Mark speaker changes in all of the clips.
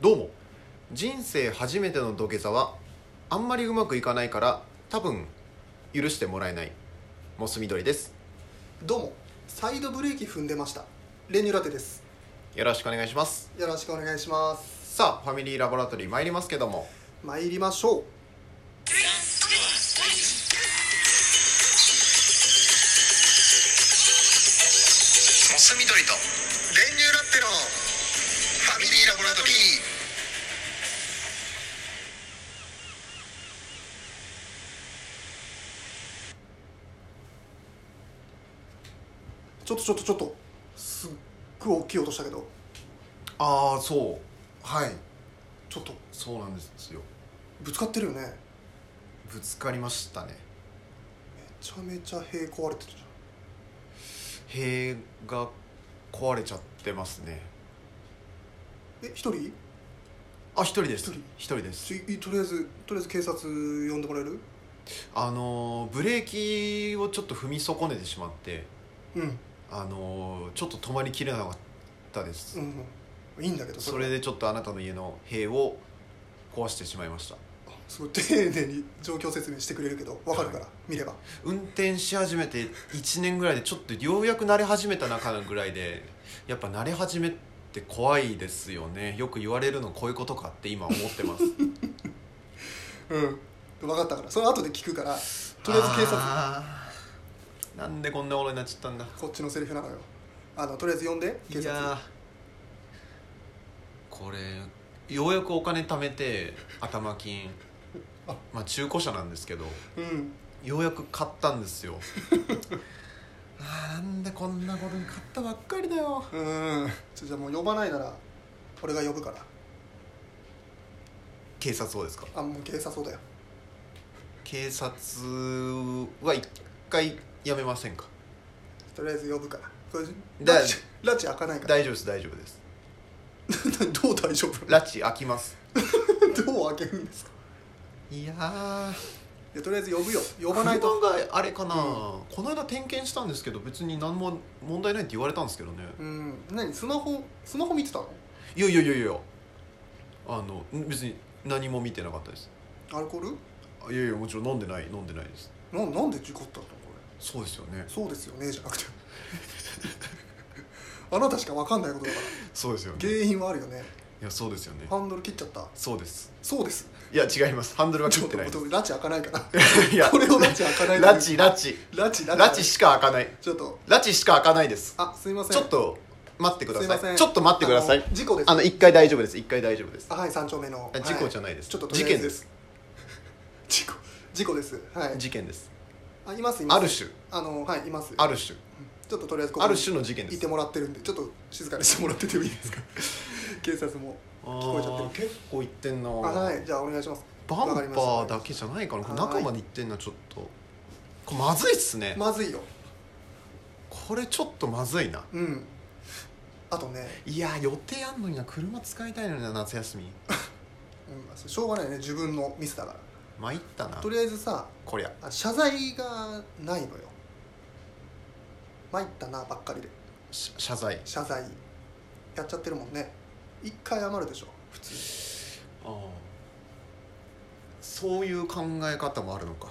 Speaker 1: どうも人生初めての土下座はあんまりうまくいかないから多分許してもらえないモス緑です
Speaker 2: どうもサイドブレーキ踏んでましたレニュラテです
Speaker 1: よろしくお願いします
Speaker 2: よろしくお願いします
Speaker 1: さあファミリーラボラトリー参りますけども
Speaker 2: 参りましょう
Speaker 3: モス緑と電流ラッテのファミリーラボラトリー
Speaker 2: ちょっとちょっとちょっとすっごい大きい音したけど
Speaker 1: ああそうはい
Speaker 2: ちょっと
Speaker 1: そうなんですよ
Speaker 2: ぶつかってるよねめ
Speaker 1: ぶつかりましたね
Speaker 2: ちゃめちゃ塀壊れてるじ
Speaker 1: 塀が壊れちゃってますね
Speaker 2: ゃんえ一人
Speaker 1: あ一人です
Speaker 2: 一人
Speaker 1: 一人です
Speaker 2: ちょいとりあえずとりあえず警察呼んでもらえる
Speaker 1: あのーブレーキをちょっと踏み損ねてしまって
Speaker 2: うん
Speaker 1: あのーちょっと止まりきれなかったです、
Speaker 2: うんうんいいんだけど
Speaker 1: それ
Speaker 2: は
Speaker 1: でちょっとあなたの家の塀を壊してしまいました
Speaker 2: すごい丁寧に状況説明してくれるけどわかるから、
Speaker 1: は
Speaker 2: 見れば
Speaker 1: 運転し始めて1年ぐらいでちょっとようやく慣れ始めた中ぐらいでやっぱ慣れ始めって怖いですよねよく言われるのこういうことかって今思ってます
Speaker 2: うん分かったからそれ後で聞くから とりあえず警察
Speaker 1: あーなんでこんな俺になっちゃったんだ
Speaker 2: こっちのセリフなのよあのとりあえず呼んで警
Speaker 1: い
Speaker 2: 察
Speaker 1: やーこれようやくお金貯めて頭金
Speaker 2: あ
Speaker 1: まあ中古車なんですけど
Speaker 2: うん
Speaker 1: ようやく買ったんですよあーなんでこんなことに買ったばっかりだよ
Speaker 2: うーんちょじゃあもう呼ばないなら俺が呼ぶから
Speaker 1: 警察をですか
Speaker 2: あもう警察そうだよ
Speaker 1: 警察は一回やめませんか
Speaker 2: とりあえず呼ぶからこれ
Speaker 1: だ
Speaker 2: ラチラチ開かないから
Speaker 1: 大丈夫です大丈夫です
Speaker 2: どう大丈夫
Speaker 1: 拉致開きます
Speaker 2: どう開けるんですか
Speaker 1: いやー
Speaker 2: いやとりあえず呼ぶよ呼ばないと
Speaker 1: 不安があれかな、この間点検したんですけど別に何も問題ないって言われたんですけどね
Speaker 2: うん何スマホスマホ見てたの
Speaker 1: いやいやいやいやあの別に何も見てなかったです
Speaker 2: アルコール
Speaker 1: あいやいやもちろん飲んでない飲んでないです
Speaker 2: ななんで事故ったのこれ
Speaker 1: そうですよね
Speaker 2: そうですよねじゃなくて あなたしか分かんないことだから
Speaker 1: そうですよね
Speaker 2: 原因はあるよね
Speaker 1: いやそうですよね
Speaker 2: ハンドル切っちゃった
Speaker 1: そうです
Speaker 2: そうです
Speaker 1: いや違いますハンドルは切ってない
Speaker 2: ち
Speaker 1: で
Speaker 2: ょっとラチ開かないから
Speaker 1: すいや
Speaker 2: これを拉致開かない
Speaker 1: 拉致拉致
Speaker 2: ラチラチ
Speaker 1: 拉致しか開かない
Speaker 2: ちょっと
Speaker 1: 拉致しか開かないです
Speaker 2: あすいません
Speaker 1: ちょっと待ってくだ
Speaker 2: すいま
Speaker 1: さ
Speaker 2: せ
Speaker 1: い
Speaker 2: ん
Speaker 1: ちょっと待ってください
Speaker 2: あの事故です
Speaker 1: あの一回大丈夫です一回大丈夫です
Speaker 2: あはい三丁目の
Speaker 1: あ事故じゃないです
Speaker 2: ちょっととり
Speaker 1: 事
Speaker 2: あえ
Speaker 1: 件
Speaker 2: ず
Speaker 1: です
Speaker 2: 事故事故ですはい
Speaker 1: 事件です
Speaker 2: あいますいます
Speaker 1: ある種
Speaker 2: あのはいいます
Speaker 1: ある種
Speaker 2: ちょっととりあえずここ
Speaker 1: あ
Speaker 2: に
Speaker 1: る種の事件で
Speaker 2: い
Speaker 1: す
Speaker 2: てもらってるんでちょっと静かにしてもらっててもいいで すか警察も聞こえちゃって
Speaker 1: あー
Speaker 2: る
Speaker 1: 結構いってんな
Speaker 2: あはいじゃあお願いします
Speaker 1: バン
Speaker 2: わ
Speaker 1: パ
Speaker 2: かりました
Speaker 1: ーだけじゃないかなこれ
Speaker 2: はい
Speaker 1: 中までいってんなちょっとこれまずいっすね、
Speaker 2: まずいよ
Speaker 1: これちょっとまずいな
Speaker 2: うんあとね、
Speaker 1: いや予定あんのにな車使いたいのにな夏休み
Speaker 2: うん、それしょうがないね自分のミスだから
Speaker 1: 参ったな
Speaker 2: とりあえずさ
Speaker 1: こりゃ
Speaker 2: あ謝罪がないのよ参ったなばっかりで
Speaker 1: し謝罪
Speaker 2: 謝罪やっちゃってるもんね一回謝るでしょ普通
Speaker 1: ああそういう考え方もあるのか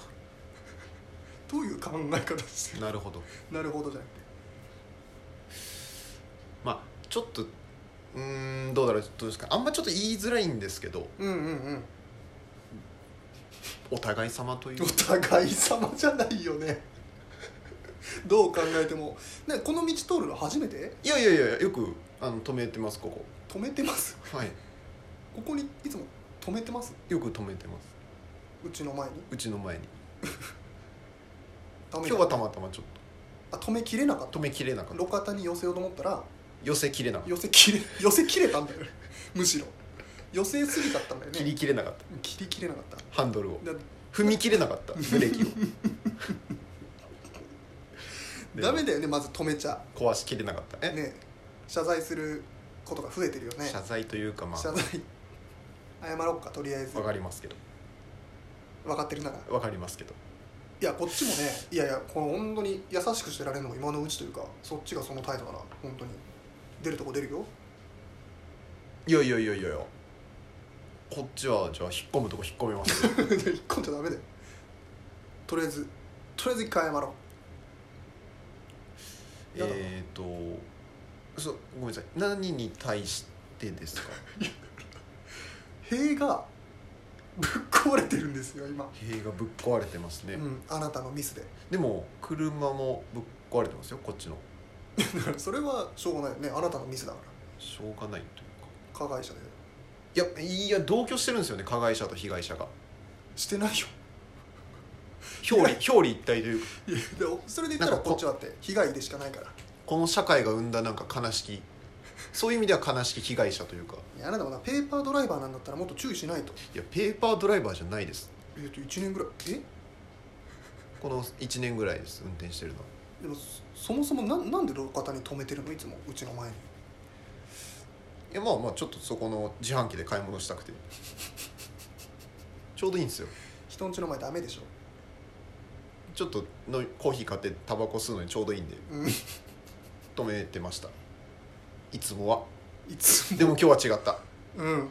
Speaker 2: どういう考え方して
Speaker 1: なるほど
Speaker 2: るなるほどじゃなくて
Speaker 1: まあちょっとうーんどうだろうどうですかあんまちょっと言いづらいんですけど
Speaker 2: うんうんうん
Speaker 1: お互い様という
Speaker 2: お互い様じゃないよね どう考えても、ね、この道通るの初めて
Speaker 1: いやいやいやよくあの止めてますここ
Speaker 2: 止めてます
Speaker 1: はい
Speaker 2: ここにいつも止めてます
Speaker 1: よく止めてます
Speaker 2: うちの前に
Speaker 1: うちの前に
Speaker 2: ダメ
Speaker 1: 今
Speaker 2: だ
Speaker 1: 日はたまたまちょっ
Speaker 2: あ止めきれなかっ
Speaker 1: と
Speaker 2: た
Speaker 1: 止めきれなかった
Speaker 2: 路肩に寄せようと思ったら
Speaker 1: 寄せきれなかった
Speaker 2: 寄せきれ 寄せきれたんだよむしろ寄せすぎだったんだよね
Speaker 1: 切りきれなかった
Speaker 2: 切りきれなかった
Speaker 1: ハンドルを
Speaker 2: だ
Speaker 1: 踏み切れなかったブレーキをで
Speaker 2: ダメだよねまず止めちゃ
Speaker 1: 壊しきれなかったえ、
Speaker 2: ね謝罪することが増えてるよね
Speaker 1: 謝罪というかま
Speaker 2: 謝
Speaker 1: あ
Speaker 2: 罪謝ろうかとりあえず
Speaker 1: 分かりますけど
Speaker 2: 分かってるなら
Speaker 1: 分かりますけど
Speaker 2: いやこっちもねいやいやこの本当に優しくしてられるのが今のうちというかそっちがその態度だから本当に出るとこ出るよ
Speaker 1: いやいやいやいやいやこっちはじゃあ引っ込むとこ引っ込みますよ
Speaker 2: 一個じゃダメだよとりあえずとりあえず一回謝ろ やだ
Speaker 1: えっとそうごめんなさい何に対してですか
Speaker 2: う塀がぶっ壊れてるんですよ今、
Speaker 1: 塀がぶっ壊れてますね、
Speaker 2: うん、あなたのミスで
Speaker 1: でも車もぶっ壊れてますよこっちの
Speaker 2: それはしょうがないよねあなたのミスだから
Speaker 1: しょうがないというか
Speaker 2: 加害者で
Speaker 1: いやいや同居してるんですよね加害者と被害者が
Speaker 2: してないよ
Speaker 1: 表 裏表裏一体というか
Speaker 2: いやでもそれで言ったら
Speaker 1: なんか
Speaker 2: こ
Speaker 1: こ
Speaker 2: っちはって被害でしかないから
Speaker 1: この社会が生んだなんか悲しきそういう意味では悲しき被害者というか
Speaker 2: いやあなたもなペーパードライバーなんだったらもっと注意しないと
Speaker 1: いやペーパードライバーじゃないです
Speaker 2: えっと1年ぐらいえ
Speaker 1: この1年ぐらいです運転してるの
Speaker 2: でもそそもそもななんで路肩に止めてるのいつもうちの前に
Speaker 1: いやまあまあちょっとそこの自販機で買い物したくて ちょうどいいんですよ
Speaker 2: 人んちの前ダメでしょ
Speaker 1: ちょっとのコーヒー買ってタバコ吸うのにちょうどいいんで
Speaker 2: うん
Speaker 1: 止めてましたいつもはい
Speaker 2: つも
Speaker 1: でも今日は違った
Speaker 2: うん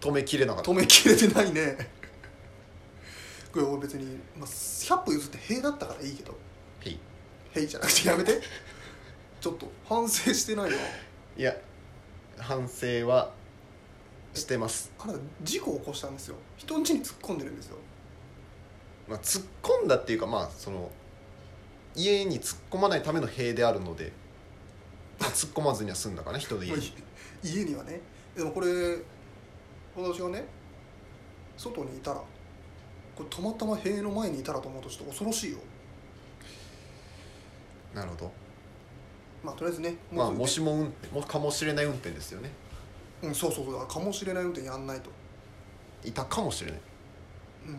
Speaker 1: 止めきれなかった
Speaker 2: 止めきれてないね これ俺別に、まあ、100歩譲って塀だったからいいけど
Speaker 1: へい
Speaker 2: 塀じゃなくてやめてちょっと反省してないない
Speaker 1: や反省はしてます、
Speaker 2: あなた事故を起こしたんですよ人んちに突っ込んでるんですよ
Speaker 1: まあ、突っ込んだっていうかまあその家に突っ込まないための塀であるので、まあ、突っ込まずには済んだかな人の家
Speaker 2: まあ
Speaker 1: に
Speaker 2: い家にはねでもこれ私がね外にいたらこれたまたま塀の前にいたらと思うとちょっと恐ろしいよ
Speaker 1: なるほど
Speaker 2: まあとりあえずね
Speaker 1: まあ
Speaker 2: う
Speaker 1: もしも運転もかもしれない運転ですよね
Speaker 2: うん、そうそうそうだからかもしれない運転やんないと
Speaker 1: いたかもしれない、
Speaker 2: うん
Speaker 1: うん、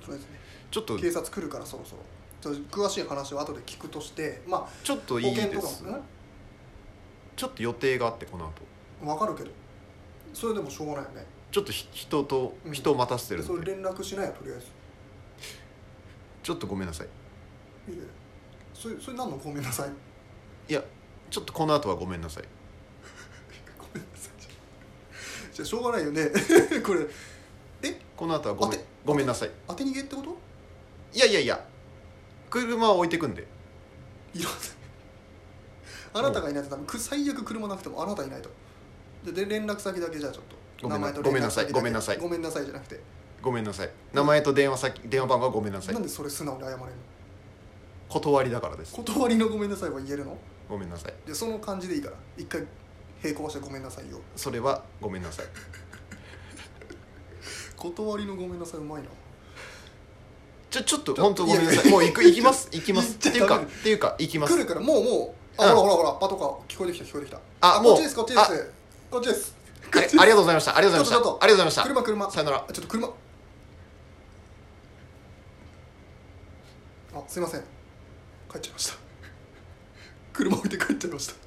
Speaker 2: とりあえずね
Speaker 1: ちょっと
Speaker 2: 警察来るからそろそろちょっと詳しい話は後で聞くとしてまあ
Speaker 1: ちょっと
Speaker 2: 保
Speaker 1: いい
Speaker 2: 険
Speaker 1: で
Speaker 2: とか
Speaker 1: す
Speaker 2: もね
Speaker 1: ちょっと予定があってこの後
Speaker 2: 分かるけどそれでもしょうがないよね
Speaker 1: ちょっとひ人と
Speaker 2: うん
Speaker 1: 人を待たせてる
Speaker 2: そ
Speaker 1: の
Speaker 2: れ
Speaker 1: で、
Speaker 2: 連絡しないよとりあえず
Speaker 1: ちょっとごめんなさい
Speaker 2: いいねそれそれ何のごめんなさい
Speaker 1: いやちょっとこの後はごめんなさい
Speaker 2: ごめんなさいじゃあじゃあしょうがないよね これえ
Speaker 1: この後はごめん
Speaker 2: 待て
Speaker 1: ごめんなさい
Speaker 2: 当て逃げってこと
Speaker 1: いやいやいや車を置いてくんで
Speaker 2: いらないあなたがいないと多分く最悪車なくてもあなたいないとでで連絡先だけじゃあちょっと
Speaker 1: ごめんな
Speaker 2: 連絡先だけ
Speaker 1: ごめんなさい
Speaker 2: ごめんなさいじゃなくて
Speaker 1: ごめんなさい名前と電話先電話番号はごめんなさい
Speaker 2: なんでそれ素直に謝れるの
Speaker 1: 断りだからです
Speaker 2: 断りのごめんなさいは言えるの
Speaker 1: ごめんなさい
Speaker 2: でその感じでいいから一回並行してごめんなさいよ
Speaker 1: それはごめんなさい
Speaker 2: 断りのごめんなさいうまいな
Speaker 1: じゃちょっと本当ごめんなさいもう行く行きます行きますっ
Speaker 2: 言
Speaker 1: て
Speaker 2: っち
Speaker 1: い
Speaker 2: ゃ
Speaker 1: う
Speaker 2: ダ
Speaker 1: か
Speaker 2: メ
Speaker 1: っていうか行きま
Speaker 2: 来
Speaker 1: す
Speaker 2: るからもうもうあ、
Speaker 1: うん
Speaker 2: ほらほらほらパトカー聞こえてきた聞こえてきた
Speaker 1: あ
Speaker 2: こ
Speaker 1: もう
Speaker 2: っちですこっちですこっちです
Speaker 1: あれありがとうございましたありがとうございま
Speaker 2: ちょっとちょっ
Speaker 1: したあ
Speaker 2: と
Speaker 1: りがとうございました
Speaker 2: 車車
Speaker 1: さよなら
Speaker 2: あちょっと車あ すいません帰っちゃいました車置いて帰っちゃいました